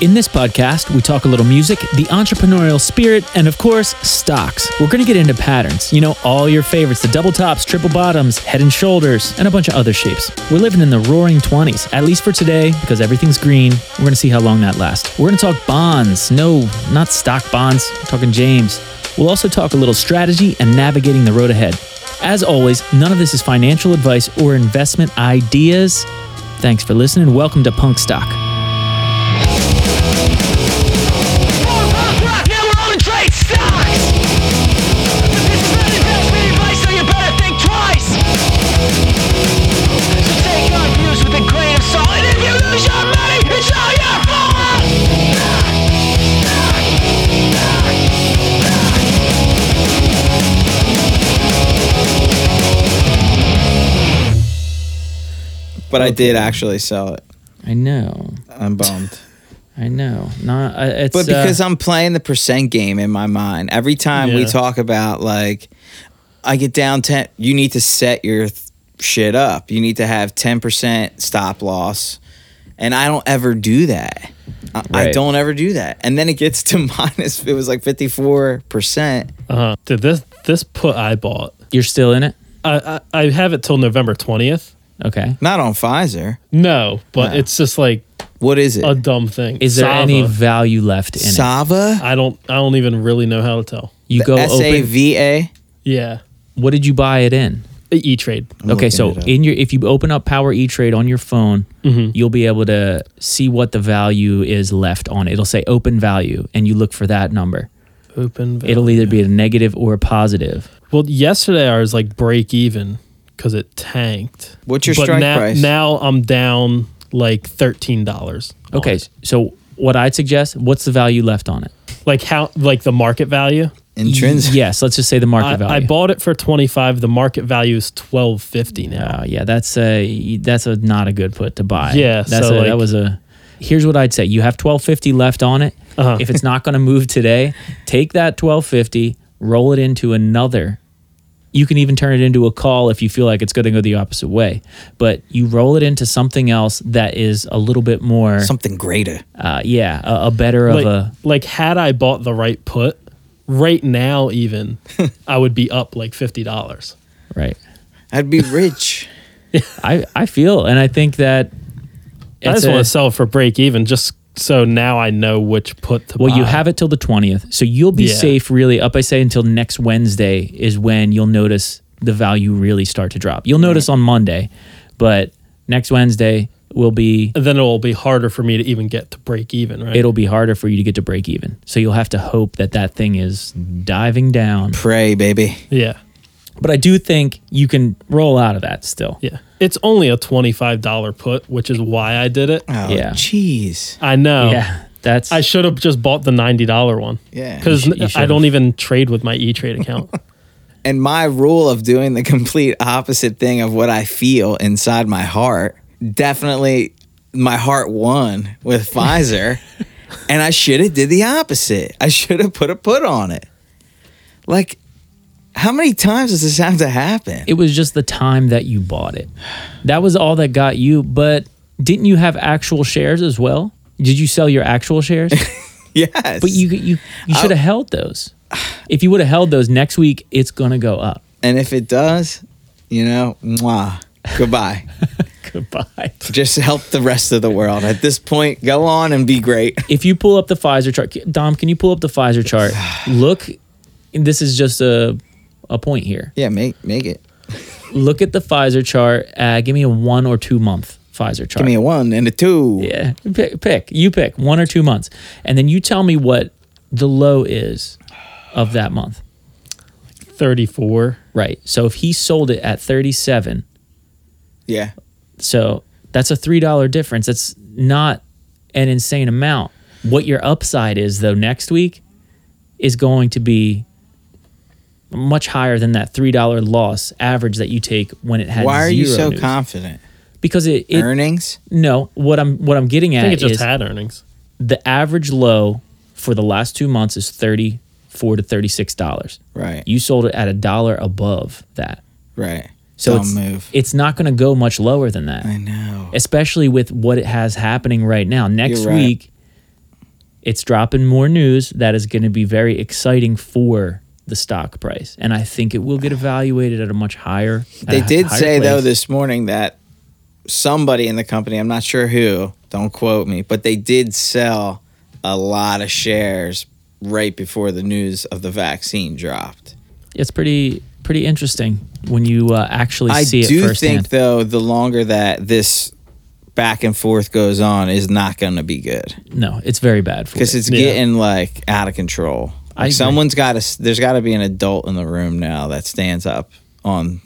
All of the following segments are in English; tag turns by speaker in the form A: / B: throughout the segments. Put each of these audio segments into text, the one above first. A: In this podcast, we talk a little music, the entrepreneurial spirit, and of course, stocks. We're going to get into patterns. You know, all your favorites the double tops, triple bottoms, head and shoulders, and a bunch of other shapes. We're living in the roaring 20s, at least for today, because everything's green. We're going to see how long that lasts. We're going to talk bonds. No, not stock bonds. We're talking James. We'll also talk a little strategy and navigating the road ahead. As always, none of this is financial advice or investment ideas. Thanks for listening. and Welcome to Punk Stock.
B: But I did actually sell it.
A: I know.
B: I'm bummed.
A: I know. Not uh, it's
B: But because
A: uh,
B: I'm playing the percent game in my mind, every time we
A: Yeah.
B: talk about like, I get down 10, you need to set your th- shit up. You need to have 10% stop loss. And I don't ever do that. I, I
A: Right.
B: don't ever do that. And then it gets to minus, it was like 54%.
C: Uh, dude, this this put I bought.
A: you're still in it.
C: I, I I have it till November twentieth.
A: Okay.
B: Not on Pfizer.
C: No, but
B: No.
C: it's just like
B: What is it?
C: a dumb thing.
A: Is there
C: Sava.
A: any value left in it?
B: Sava?
C: I don't I don't even really know how to tell.
A: You go
B: S A
A: open.
B: V A?
C: Yeah,
A: What did you buy it in?
C: E Trade.
A: okay,
B: looking
A: so
B: it up.
A: in your if you open up Power E Trade on your phone,
C: Mm-hmm.
A: you'll be able to see what the value is left on. it. It'll say open value, and you look for that number.
C: Open. Val-
A: It'll either be a negative or a positive.
C: Well, yesterday I was like break even because it tanked.
B: What's your
C: but
B: strike
C: now,
B: price?
C: Now I'm down like thirteen dollars.
A: Okay, so what I'd suggest, what's the value left on it?
C: Like how? Like the market value.
B: Intrinsic.
A: Yes, let's just say the market
C: I,
A: value.
C: I bought it for twenty five. The market value is twelve fifty now.
A: Oh yeah, that's a that's a not a good put to buy.
C: Yeah,
A: that's
C: so,
A: a, that
C: like-
A: was a. Here's what I'd say: you have twelve fifty left on it.
C: Uh-huh.
A: If it's not going to move today, take that twelve fifty, roll it into another. You can even turn it into a call if you feel like it's going to go the opposite way. But you roll it into something else that is a little bit more,
B: Something greater.
A: uh, yeah, a, a better of
C: like,
A: a.
C: like had I bought the right put right now, even I would be up like fifty dollars.
A: Right.
B: I'd be rich.
A: I I feel, and I think that.
C: I
A: it's
C: just
A: a-
C: want to sell for break even, just so now I know which put to
A: Well, you
C: buy.
A: have it till the 20th. So you'll be
C: Uh, Yeah.
A: safe really up I say until next Wednesday is when you'll notice the value really start to drop. You'll notice on Monday, but next Wednesday will be
C: And then it'll be harder for me to even get to break even, right?
A: it'll be harder for you to get to break even. So you'll have to hope that that thing is diving down.
B: Pray, baby.
C: yeah,
A: But I do think you can roll out of that still.
C: yeah. It's only a twenty-five dollar put, which is why I did it.
B: Oh,
A: Yeah.
B: jeez.
C: I know.
A: Yeah. That's
C: I should have just bought the ninety dollar one.
B: Yeah.
C: because
A: You sh- you
C: I
A: should've.
C: don't even trade with my E Trade account.
B: And my rule of doing the complete opposite thing of what I feel inside my heart definitely my heart won with Pfizer. and I should have did the opposite. I should have put a put on it. Like, how many times does this have to happen?
A: it was just the time that you bought it. That was all that got you, but didn't you have actual shares as well? Did you sell your actual shares?
B: yes.
A: But you you you should have held those. If you would have held those next week, it's gonna go up.
B: and if it does, you know, mwah. Goodbye.
A: Goodbye.
B: Just help the rest of the world. At this point, go on and be great.
A: If you pull up the Pfizer chart, Dom, can you pull up the Pfizer chart? Look, and this is just a a point here.
B: Yeah, make make it.
A: Look at the Pfizer chart. Uh, give me a one or two month. Pfizer chart.
B: Give me a one and a two.
A: Yeah, pick, pick. You pick one or two months, and then you tell me what the low is of that month.
C: 34.
A: Right. So if he sold it at 37,
B: Yeah.
A: so that's a $3 difference. That's not an insane amount. What your upside is, though, next week is going to be much higher than that $3 loss average that you take when it had
B: Why are you
A: zero
B: so
A: news.
B: confident?
A: Because it, it
B: Earnings?
A: no, what I'm what I'm getting
C: I
A: at
C: think it just
A: is
C: had earnings.
A: the average low for the last two months is 34 to 36 dollars
B: Right.
A: you sold it at a dollar above that
B: right.
A: so
B: Dumb
A: it's,
B: move.
A: it's not going to go much lower than that
B: I know.
A: especially with what it has happening right now next
B: You're right.
A: week it's dropping more news that is going to be very exciting for the stock price and i think it will get evaluated at a much higher at a
B: They
A: hi-
B: did
A: higher
B: say though
A: place.
B: this morning that somebody in the company, I'm not sure who, don't quote me, but they did sell a lot of shares right before the news of the vaccine dropped.
A: it's pretty pretty interesting when you uh, actually
B: I
A: see it
B: do
A: firsthand
B: think though the longer that this back and forth goes on is not going to be good
A: no it's very bad for
B: because
A: it.
B: it's
C: Yeah.
B: getting like out of
A: I
B: control.
A: agree.
B: Like, someone's got to. There's got to be an adult in the room now that stands up on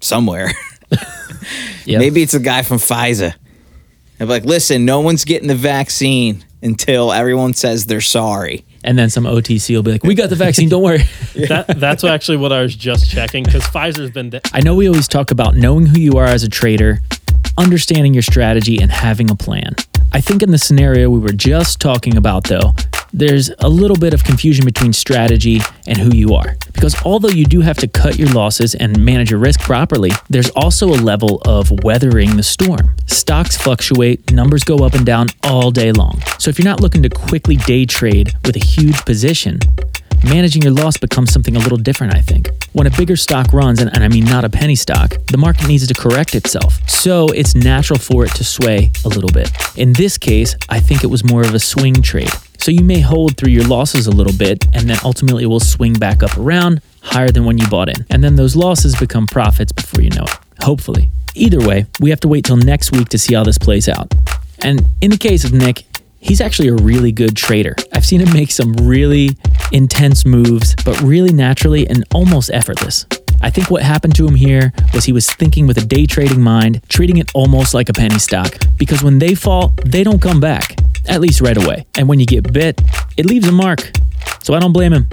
B: somewhere.
A: Yeah.
B: Maybe it's a guy from Pfizer. They're like, listen, no one's getting the vaccine until everyone says they're sorry.
A: and then some OTC will be like, "We got the vaccine, don't worry."
C: That, that's actually what I was just checking because Pfizer's been. De-
A: I know we always talk about knowing who you are as a trader, understanding your strategy, and having a plan. I think in the scenario we were just talking about, though, there's a little bit of confusion between strategy and who you are. Because although you do have to cut your losses and manage your risk properly, there's also a level of weathering the storm. Stocks fluctuate, numbers go up and down all day long. So if you're not looking to quickly day trade with a huge position, managing your loss becomes something a little different, I think. When a bigger stock runs, and, and I mean not a penny stock, the market needs to correct itself. So it's natural for it to sway a little bit. In this case, I think it was more of a swing trade. So you may hold through your losses a little bit, and then ultimately it will swing back up around higher than when you bought in. And then those losses become profits before you know it, hopefully. Either way, we have to wait till next week to see how this plays out. And in the case of Nick, He's actually a really good trader. I've seen him make some really intense moves, but really naturally and almost effortless. I think what happened to him here was he was thinking with a day trading mind, treating it almost like a penny stock, because when they fall, they don't come back, at least right away. And when you get bit, it leaves a mark. So I don't blame him.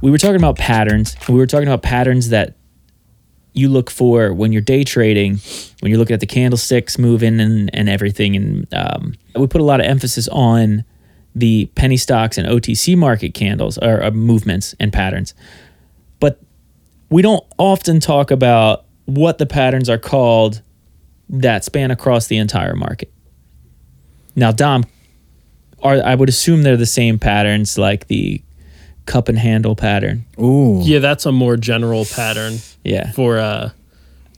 A: We were talking about patterns, and we were talking about patterns that you look for when you're day trading, when you're looking at the candlesticks moving and, and everything. And um, we put a lot of emphasis on the penny stocks and OTC market candles or uh, movements and patterns. But we don't often talk about what the patterns are called that span across the entire market. Now, Dom, are I would assume they're the same patterns like the cup and handle pattern.
C: yeah, that's a more general pattern
A: Yeah.
C: for uh,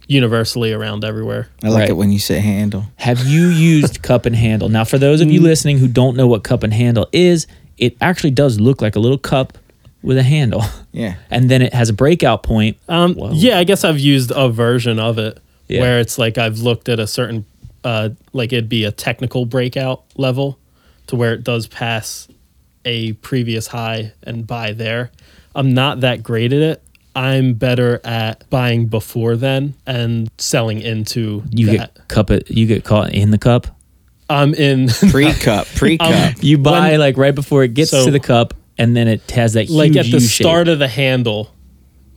C: universally around everywhere.
B: I like
A: Right.
B: it when you say handle.
A: Have you used cup and handle? Now, for those of you listening who don't know what cup and handle is, it actually does look like a little cup with a handle.
B: Yeah.
A: And then it has a breakout point.
C: Um,
A: Whoa.
C: yeah, I guess I've used a version of it
A: Yeah.
C: where it's like I've looked at a certain, uh, like it'd be a technical breakout level to where it does pass a previous high and buy there. I'm not that great at it. I'm better at buying before then and selling into
A: You
C: that.
A: get cup it, you get caught in the cup.
C: I'm in
B: Pre cup, pre cup.
A: You buy
C: When-
A: like right before it gets
C: So-
A: to the cup and then it has that
C: like
A: huge
C: at the
A: U shape.
C: start of the handle.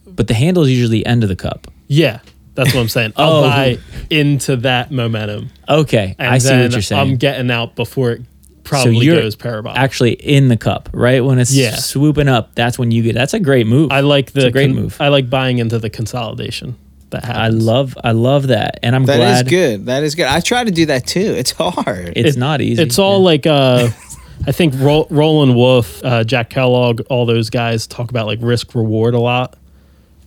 A: but the handle is usually the end of the cup.
C: Yeah, that's what I'm saying. I'll
A: Oh.
C: buy into that momentum.
A: Okay.
C: And
A: I see
C: then
A: what you're saying.
C: I'm getting out before it probably
A: you're
C: goes parabolic.
A: Actually in the cup, right? When it's
C: Yeah.
A: swooping up, that's when you get that's a great move.
C: I like the
A: a great
C: con-
A: move.
C: I like buying into the consolidation that
A: I
C: happens.
A: love I love that. And I'm
B: That is
A: glad
B: good. That is good. I try to do that too. It's hard.
A: it's not easy.
C: It's all like uh, I think Ro- Roland Wolf, uh, Jack Kellogg, all those guys talk about like risk reward a lot.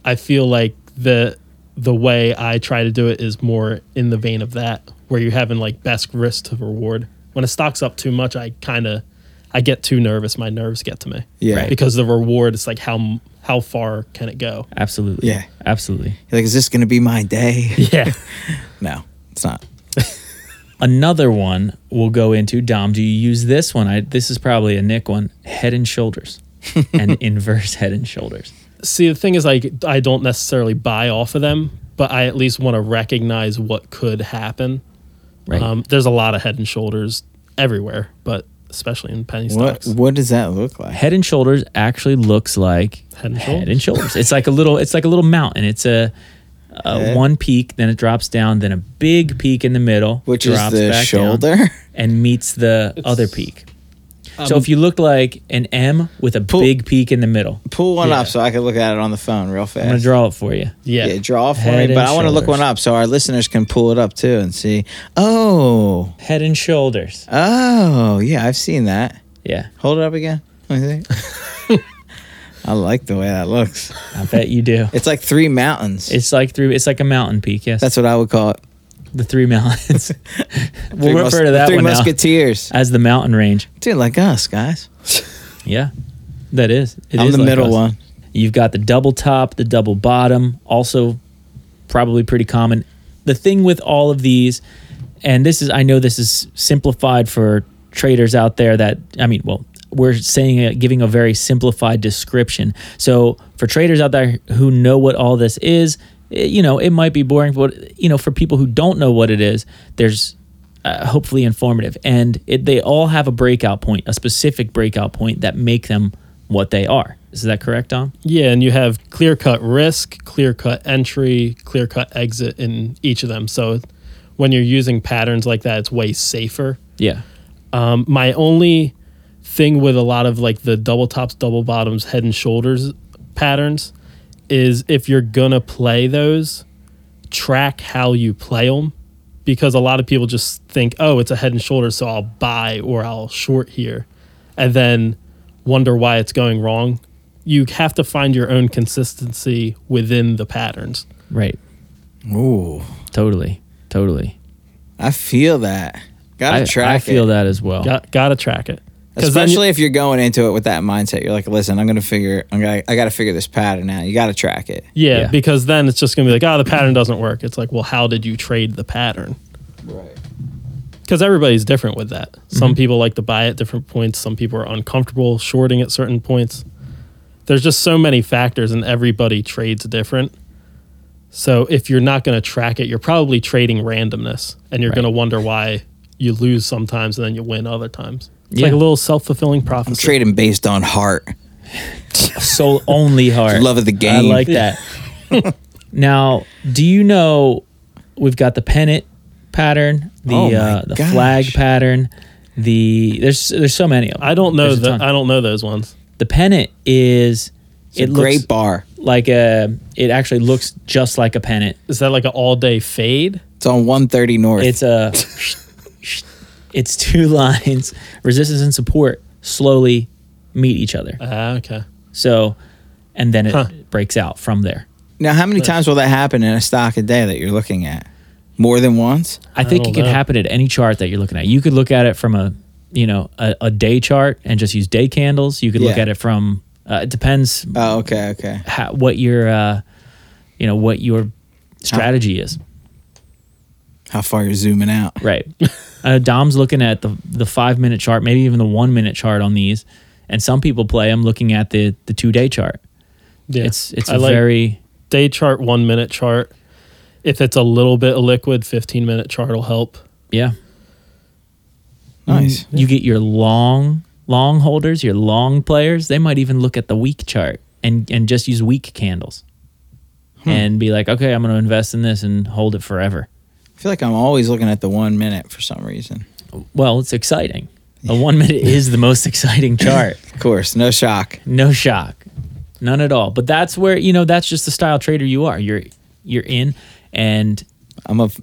C: I feel like the the way I try to do it is more in the vein of that, where you're having like best risk to reward. When a stock's up too much, I kind of I get too nervous. My nerves get to me.
B: Yeah. Right.
C: because the reward is like how m- how far can it go?
A: Absolutely.
B: Yeah.
A: Absolutely.
B: You're like, is this going to be my day?
C: Yeah.
B: No, it's not.
A: Another one we'll go into. Dom, do you use this one? I, this is probably a Nick one. Head and shoulders, and inverse head and shoulders.
C: See, the thing is, like, I don't necessarily buy off of them, but I at least want to recognize what could happen.
A: Right.
C: Um, there's a lot of head and shoulders everywhere, but especially in penny
B: What
C: stocks.
B: what does that look like?
A: head and shoulders actually looks like
C: Head and
A: shoulders. It's like a little. It's like a little mountain. It's a, a
B: Head.
A: one peak, then it drops down, then a big peak in the middle,
B: Which is
A: drops
B: the
A: back down
B: shoulder?
A: and meets the other peak.
C: um,
A: so if you look like an M with a
B: Pull-
A: big peak in the middle,
B: Pull one
C: Yeah.
B: up so I can look at it on the phone real fast.
A: I'm gonna draw it for you.
C: Yeah.
B: Yeah, draw for
A: Head
B: me.
A: and
B: But I want to look
A: shoulders.
B: one up so our listeners can pull it up too and see. Oh,
A: Head and shoulders.
B: oh, yeah, I've seen that.
A: Yeah,
B: Hold it up again. Let me see. I like the way that looks.
A: I bet you do.
B: It's like three mountains.
A: It's like three. It's like a mountain peak. Yes,
B: That's what I would call it.
A: the three mountains. we'll
B: Three
A: refer
B: mus-
A: to that
B: Three
A: one now
B: Musketeers.
A: as the mountain range.
B: Dude, like us, guys.
A: Yeah, that is. It
B: I'm
A: is
B: the
A: like
B: middle
A: us.
B: one.
A: You've got the double top, the double bottom, also probably pretty common. The thing with all of these, and this is, I know this is simplified for traders out there that, I mean, well, we're saying uh, giving a very simplified description. So for traders out there who know what all this is, it, you know, it might be boring, but, you know, for people who don't know what it is, there's uh, hopefully informative. And it, they all have a breakout point, a specific breakout point that make them what they are. Is that correct, Dom?
C: Yeah, and you have clear cut risk, clear cut entry, clear cut exit in each of them. So when you're using patterns like that, it's way safer.
A: Yeah.
C: Um, my only thing with a lot of like the double tops, double bottoms, head and shoulders patterns is if you're gonna play those, track how you play them because a lot of people just think, oh, it's a head and shoulders, so I'll buy or I'll short here, and then wonder why it's going wrong. You have to find your own consistency within the patterns.
A: Right.
B: Ooh,
A: Totally. Totally.
B: I feel that. Gotta
A: I,
B: track
A: I feel
B: it.
A: that as well.
C: Got, gotta track it. 'Cause then you-
B: Especially if you're going into it with that mindset, you're like, "Listen, I'm gonna figure. I'm gonna. I gotta figure this pattern out. You gotta track it."
C: Yeah,
A: Yeah.
C: because then it's just going to be like, oh, the pattern doesn't work. It's like, well, how did you trade the pattern?
B: Right.
C: Because everybody's different with that. Some
A: Mm-hmm.
C: people like to buy at different points. Some people are uncomfortable shorting at certain points. There's just so many factors, and everybody trades different. So if you're not going to track it, you're probably trading randomness, and you're
A: Right.
C: going to wonder why you lose sometimes and then you win other times. It's
A: Yeah.
C: like a little self fulfilling prophecy.
B: Trading based on heart.
A: Soul only heart.
B: Love of the
A: I
B: game.
A: like that. now, do you know we've got the pennant pattern, the
B: Oh my
A: uh, the
B: gosh.
A: flag pattern, the there's there's so many of them.
C: I don't know
A: There's a
C: that.
A: ton.
C: I don't know those ones.
A: the pennant is
B: It's
A: it
B: a
A: looks
B: great bar.
A: like a it actually looks just like a pennant.
C: Is that like an all day fade?
B: It's on 130 North.
A: It's a it's two lines, resistance and support slowly meet each other.
C: Ah, okay.
A: So, and then it
C: Huh.
A: breaks out from there.
B: now, how many times will that happen in a stock a day that you're looking at? More than once?
A: I think
C: don't
A: it could
C: know.
A: happen at any chart that you're looking at. You could look at it from a you know a, a day chart and just use day candles. You could look
B: Yeah.
A: at it from uh, it depends
B: Oh, okay, okay.
A: how, what your uh, you know what your strategy is.
B: How far you're zooming out?
A: Right. uh, Dom's looking at the the five minute chart, maybe even the one minute chart on these, and some people play. I'm looking at the the two day chart.
C: Yeah.
A: It's it's
C: I
A: a
C: like-
A: very
C: day chart, one minute chart. If it's a little bit liquid, 15 minute chart will help.
A: yeah. Mm.
B: Nice.
A: You get your long long holders, your long players. They might even look at the weak chart and and just use weak candles, and be like, okay, I'm going to invest in this and hold it forever.
B: I feel like I'm always looking at the one minute for some reason.
A: Well, it's exciting. The one minute is the most exciting chart.
B: Of course, no shock.
A: No shock. None at all. But that's where, you know, that's just the style trader you are. You're you're in and
B: I'm a f-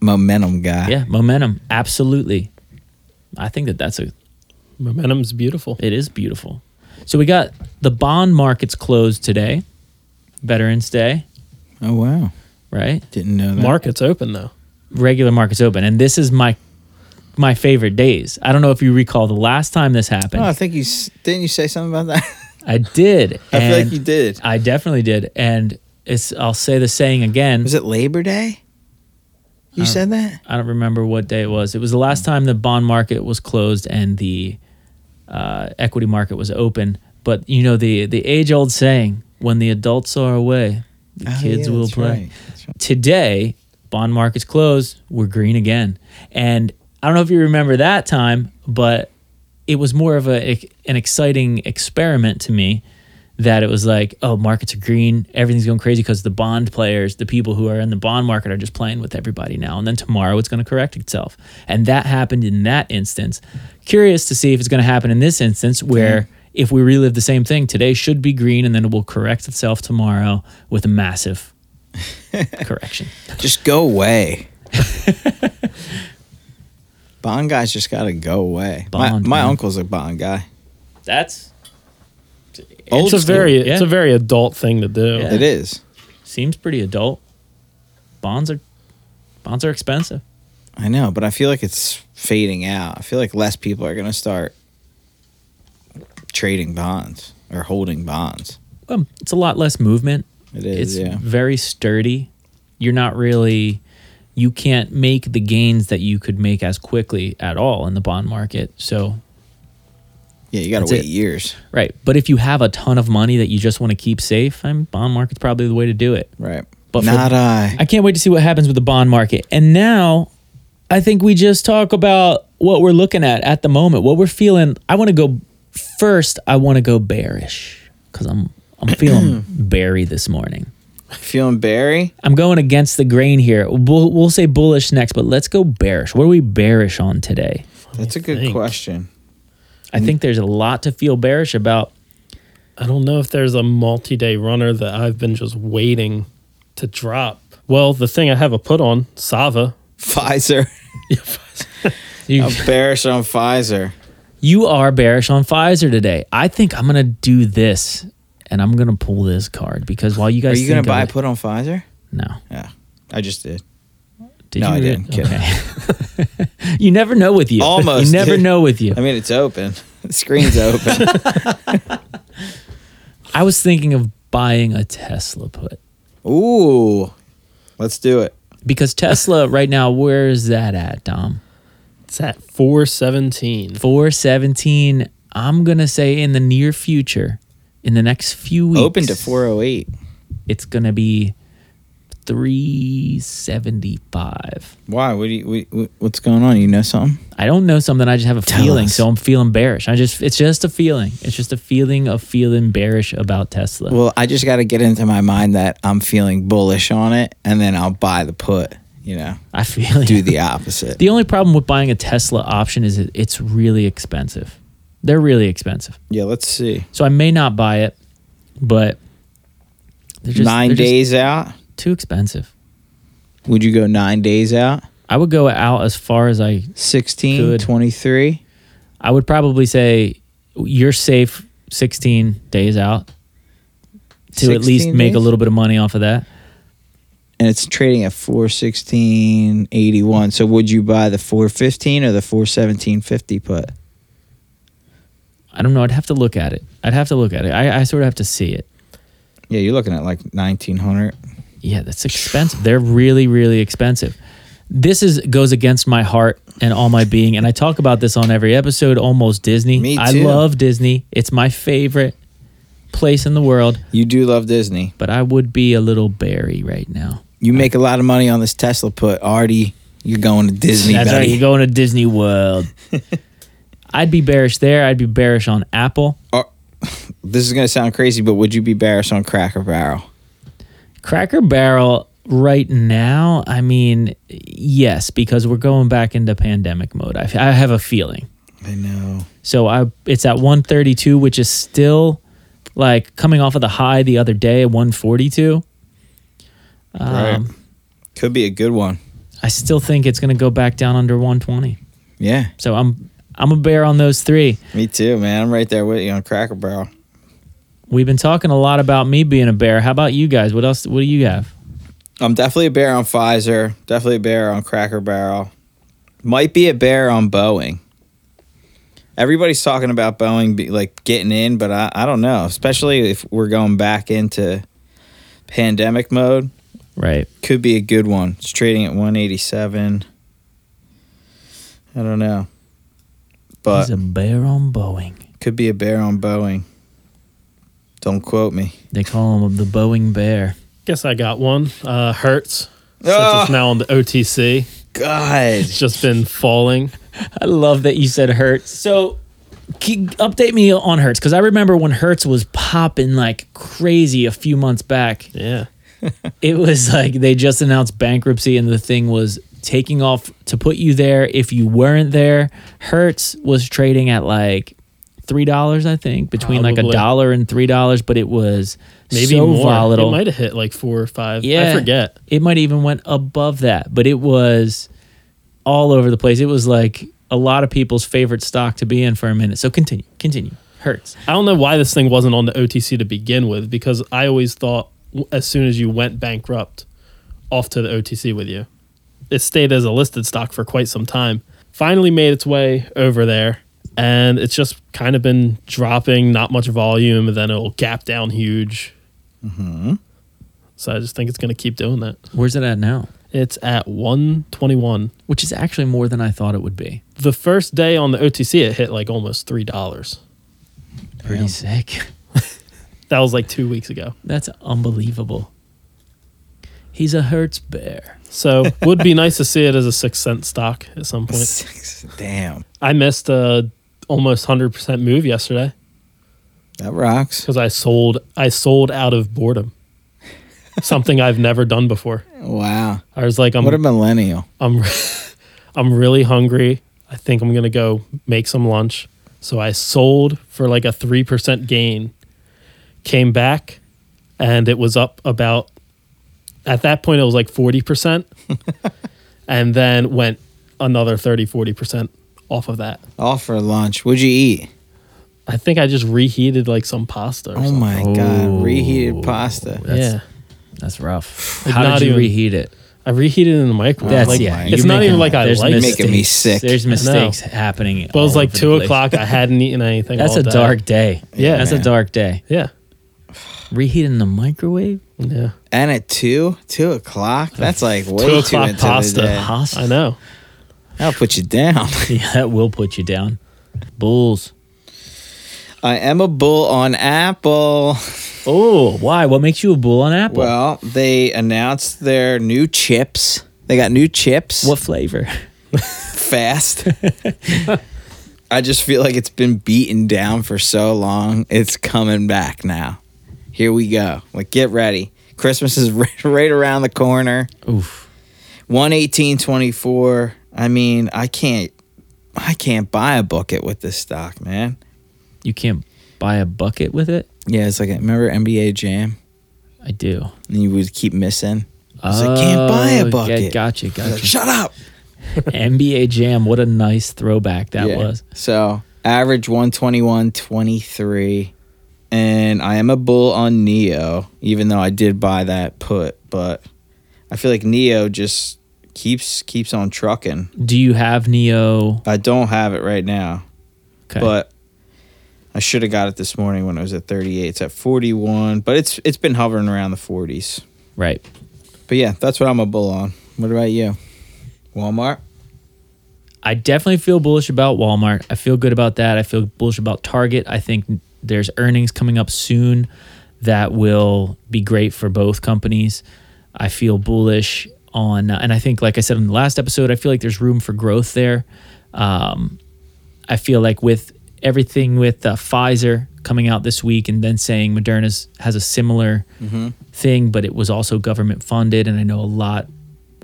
B: momentum guy.
A: yeah, momentum. Absolutely. I think that that's a
C: Momentum's beautiful.
A: it is beautiful. So we got the bond markets closed today. Veterans Day,
B: Oh, wow.
A: right?
B: Didn't know that.
C: Market's open though.
A: Regular markets open and this is my my favorite days. I don't know if you recall the last time this happened.
B: Oh, I think you s- didn't you say something about that?
A: I did.
B: I feel like
A: and
B: you did.
A: I definitely did. And it's I'll say the saying again.
B: Was it Labor Day? You said that?
A: I don't remember what day it was. It was the last time the bond market was closed and the uh, equity market was open. But you know the the age old saying: when the adults are away, the
B: Oh,
A: kids
B: yeah,
A: will
B: that's
A: play.
B: right. That's right.
A: Today, bond market's closed. We're green again. And I don't know if you remember that time, but it was more of a an exciting experiment to me that it was like, oh, markets are green, everything's going crazy because the bond players, the people who are in the bond market, are just playing with everybody now. And then tomorrow it's going to correct itself. And that happened in that instance. Curious to see if it's going to happen in this instance where. If we relive the same thing, today should be green and then it will correct itself tomorrow with a massive correction.
B: Just go away. bond guy's just got to go away.
A: Bond,
B: my my
A: man.
B: uncle's a bond guy.
A: That's
B: Old
C: it's a
B: school.
C: very
A: yeah.
C: it's a very adult thing to do.
A: Yeah.
B: It is.
A: seems pretty adult. Bonds are bonds are expensive.
B: I know, but I feel like it's fading out. I feel like less people are going to start trading bonds or holding bonds.
A: Well, Um, it's a lot less movement.
B: It is,
A: It's
B: yeah.
A: very sturdy. You're not really you can't make the gains that you could make as quickly at all in the bond market. So,
B: Yeah, you got
A: That's
B: to wait
A: it.
B: years.
A: right. But if you have a ton of money that you just want to keep safe, I'm bond market's probably the way to do it.
B: Right.
A: But
B: But
A: for-
B: Not I.
A: I can't wait to see what happens with the bond market. And now I think we just talk about what we're looking at at the moment, what we're feeling. I want to go first, I want to go bearish cuz I'm I'm feeling beary this morning.
B: Feeling Barry?
A: I'm going against the grain here. We'll, we'll say bullish next, but let's go bearish. What are we bearish on today?
B: That's a good
C: think.
B: question.
A: I think there's a lot to feel bearish about.
C: I don't know if there's a multi day runner that I've been just waiting to drop. Well, the thing I have a put on, Sava.
B: Pfizer.
A: You,
B: I'm bearish on Pfizer.
A: you are bearish on Pfizer today. I think I'm going to do this and I'm going to pull this card because while you
B: Are
A: guys
B: you going
A: think
B: to
A: of
B: buy
A: it-
B: put on Pfizer?
A: No.
B: Yeah. I just did.
A: Did
B: No,
A: you
B: I
A: really?
B: didn't. Kidding.
A: Okay. you never know with you.
B: Almost,
A: You never
B: dude.
A: know with you.
B: I mean, it's open. The screen's open.
A: I was thinking of buying a Tesla put
B: Ooh. Let's do it.
A: because Tesla right now, where is that at, Dom?
C: It's at four seventeen.
A: 417 i'm gonna say in the near future in the next few weeks
B: Open to 408.
A: it's gonna be 375
B: Why? What do you, what- what, what's going on? You know something?
A: i don't know something i just have a
B: Tell
A: feeling
B: us.
A: so i'm feeling bearish i just it's just a feeling it's just a feeling of feeling bearish about tesla
B: Well, I just got to get into my mind that I'm feeling bullish on it, and then I'll buy the put. You know,
A: i feel
B: do
A: you.
B: the opposite.
A: the only problem with buying a tesla option is it, it's really expensive they're really expensive
B: yeah, let's see.
A: so i may not buy it but they're just
B: nine
A: they're just
B: days out.
A: too expensive
B: Would you go nine days out?
A: I would go out as far as I.
B: 16,
A: Good.
B: 23.
A: I would probably say you're safe 16 days out to at least
B: 16
A: make a
B: days?
A: little bit of money off of that.
B: And it's trading at 416.81. So would you buy the 415 or the 417.50 put?
A: I don't know. I'd have to look at it. I'd have to look at it. I, I sort of have to see it.
B: Yeah, you're looking at like 1900.
A: Yeah, that's expensive. They're really, really expensive. This is goes against my heart and all my being, and I talk about this on every episode. Almost Disney.
B: Me
A: I
B: too.
A: love Disney. It's my favorite place in the world.
B: You do love Disney.
A: But I would be a little berry right now.
B: You make a lot of money on this Tesla put. Already, you're going to Disney,
A: That's
B: buddy.
A: right. You're going to Disney World. I'd be bearish there. I'd be bearish on Apple.
B: Or- this is going to sound crazy, but would you be bearish on Cracker Barrel?
A: Cracker Barrel right now. I mean, yes, because we're going back into pandemic mode. I, I have a feeling.
B: I know.
A: So I it's at 132, which is still like coming off of the high the other day, 142. Um,
B: Right. Could be a good one.
A: I still think it's going to go back down under 120.
B: Yeah,
A: So I'm I'm a bear on those three.
B: me too, man. I'm right there with you on Cracker Barrel.
A: We've been talking a lot about me being a bear. How about you guys? What else? What do you have?
B: I'm definitely a bear on Pfizer. Definitely a bear on Cracker Barrel. Might be a bear on Boeing. Everybody's talking about Boeing be, like getting in, but I, I don't know. Especially if we're going back into pandemic mode,
A: Right.
B: Could be a good one. It's trading at 187. I don't know. But
A: He's a bear on Boeing.
B: could be a bear on Boeing. Don't quote me.
A: They call him the Boeing Bear.
C: Guess I got one. Uh, Hertz. Since
B: Ah.
C: it's now on the OTC,
B: God.
C: it's just been falling.
A: I love that you said Hertz. So k- update me on Hertz because I remember when Hertz was popping like crazy a few months back.
C: Yeah.
A: It was like they just announced bankruptcy and the thing was taking off to put you there if you weren't there. Hertz was trading at like three dollars, I think, between like a
C: Probably.
A: dollar and three dollars, but it was
C: Maybe
A: so
C: more.
A: volatile.
C: It might have hit like four or five.
A: Yeah.
C: I forget.
A: It might even went above that, but it was all over the place. It was like a lot of people's favorite stock to be in for a minute. So continue, continue. Hurts.
C: I don't know why this thing wasn't on the OTC to begin with because I always thought w- as soon as you went bankrupt, off to the OTC with you. It stayed as a listed stock for quite some time. Finally made its way over there, and it's just kind of been dropping, not much volume, and then it'll gap down huge. So I just think it's going to keep doing that.
A: Where's it at now?
C: It's at 121.
A: Which is actually more than I thought it would be.
C: The first day on the OTC, it hit like almost $3.
A: Pretty sick.
C: That was like two weeks ago.
A: That's unbelievable. He's a Hertz bear.
C: So would be nice to see it as a six cent stock at some point.
B: Six. Damn.
C: I missed a almost hundred percent move yesterday
B: That rocks.
C: because I sold I sold out of boredom. Something I've never done before.
B: Wow.
C: I was like, I'm
B: What a millennial.
C: I'm I'm really hungry. I think I'm gonna go make some lunch. So I sold for like a three percent gain. Came back, and it was up about. At that point, it was like forty percent, and then went another 30 40 percent off of that.
B: All for lunch. What'd you eat?
C: I think I just reheated like some pasta. Or
B: Oh
C: something.
B: my
A: Oh.
B: God. Reheated pasta.
A: That's-
C: Yeah,
A: That's rough.
C: Like,
A: How
C: not
A: did you
C: even-
A: reheat it?
C: I reheated it in the microwave.
A: That's
C: like,
A: yeah.
C: It's
A: you're
C: not
A: making-
C: even like I
A: there's
C: like it.
B: Making me
A: mistakes.
B: sick.
A: There's mistakes happening.
C: But it was
A: all
C: like
A: over the
C: two
A: place.
C: o'clock. I hadn't eaten anything.
A: That's
C: all
A: a
C: day.
A: dark day.
C: Yeah.
A: That's a
B: Man.
A: dark day.
C: Yeah,
A: Reheat in the microwave?
C: yeah.
B: And at two, two o'clock? That's like way
C: Two
B: too
C: o'clock
B: into
C: pasta.
B: the day.
A: Pasta.
C: I know.
B: That'll put you down.
A: Yeah, that will put you down. Bulls.
B: I am a bull on Apple.
A: Oh, why? What makes you a bull on apple?
B: Well, they announced their new chips. They got new chips.
A: what flavor?
B: fast. I just feel like it's been beaten down for so long. It's coming back now. Here we go. Like, get ready. Christmas is right, right around the corner.
A: Oof.
B: 118.24. I mean, I can't. I can't buy a bucket with this stock, man.
A: You can't buy a bucket with it?
B: Yeah, it's like remember NBA Jam,
A: I do.
B: and you would keep missing. I was like, can't buy a
A: Oh, Yeah,
B: bucket.
A: gotcha,
B: I was like,
A: gotcha.
B: Shut up.
A: NBA Jam. What a nice throwback that
B: Yeah.
A: was.
B: So average 121, 23. And I am a bull on Neo, even though I did buy that put, but I feel like Neo just keeps keeps on trucking.
A: Do you have Neo?
B: I don't have it right now,
A: Okay.
B: but I should have got it this morning when it was at 38. It's at 41, but it's it's been hovering around the 40s.
A: right.
B: But yeah, that's what I'm a bull on. What about you? Walmart?
A: I definitely feel bullish about Walmart. I feel good about that. I feel bullish about Target. I think there's earnings coming up soon that will be great for both companies. I feel bullish on, uh, and I think, like I said in the last episode, I feel like there's room for growth there. Um, I feel like with everything with uh, Pfizer coming out this week and then saying Moderna's has a similar thing, but it was also government funded, and I know a lot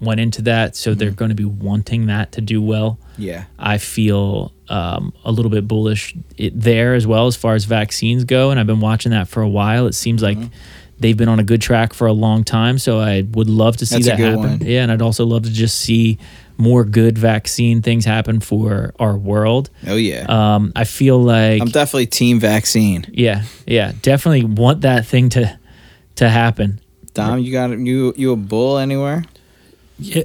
A: went into that, so they're going to be wanting that to do well.
B: Yeah.
A: I feel um, a little bit bullish it, there as well as far as vaccines go, and I've been watching that for a while. It seems like
B: Mm-hmm.
A: they've been on a good track for a long time, so I would love to see
B: That's a
A: that
B: good
A: happen.
B: one.
A: Yeah, and I'd also love to just see more good vaccine things happen for our world.
B: Oh yeah.
C: Uh,
A: Um, I feel like
B: I'm definitely team vaccine.
A: yeah, yeah, definitely want that thing to to happen.
B: Dom, you got you you a bull anywhere?
C: Yeah.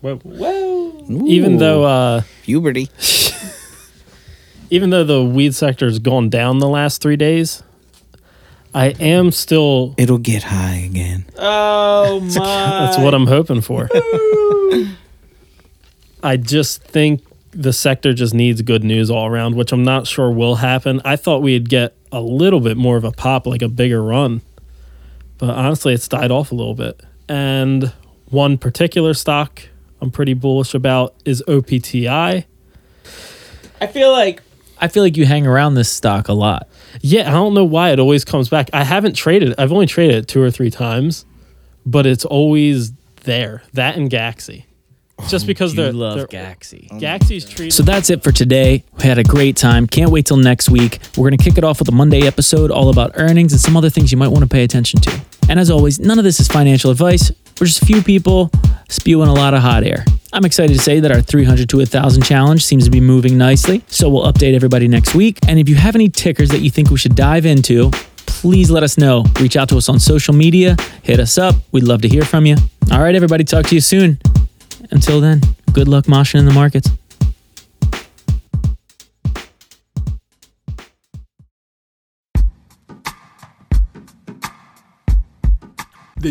C: Whoa. Even though uh,
B: puberty.
C: even though the weed sector's gone down the last three days, I am still.
B: It'll get high again.
A: Oh my!
C: That's what I'm hoping for. I just think the sector just needs good news all around, which I'm not sure will happen. I thought we'd get a little bit more of a pop, like a bigger run, but honestly, it's died off a little bit. And one particular stock I'm pretty bullish about is OPTI.
A: I feel like I feel like you hang around this stock a lot.
C: Yeah, I don't know why it always comes back. I haven't traded. I've only traded it two or three times, but it's always there. That and Gaxi. Just because
A: Oh, You
C: they're
A: love
C: they're-
A: Gaxi. Oh
C: Gaxi's treated.
A: So that's it for today. We had a great time. Can't wait till next week. We're going to kick it off with a Monday episode all about earnings and some other things you might want to pay attention to. And as always, none of this is financial advice. We're just a few people spewing a lot of hot air. I'm excited to say that our 300 to 1,000 challenge seems to be moving nicely. So we'll update everybody next week. And if you have any tickers that you think we should dive into, please let us know. Reach out to us on social media, hit us up. We'd love to hear from you. All right, everybody, talk to you soon. Until then, good luck moshing in the markets.
D: The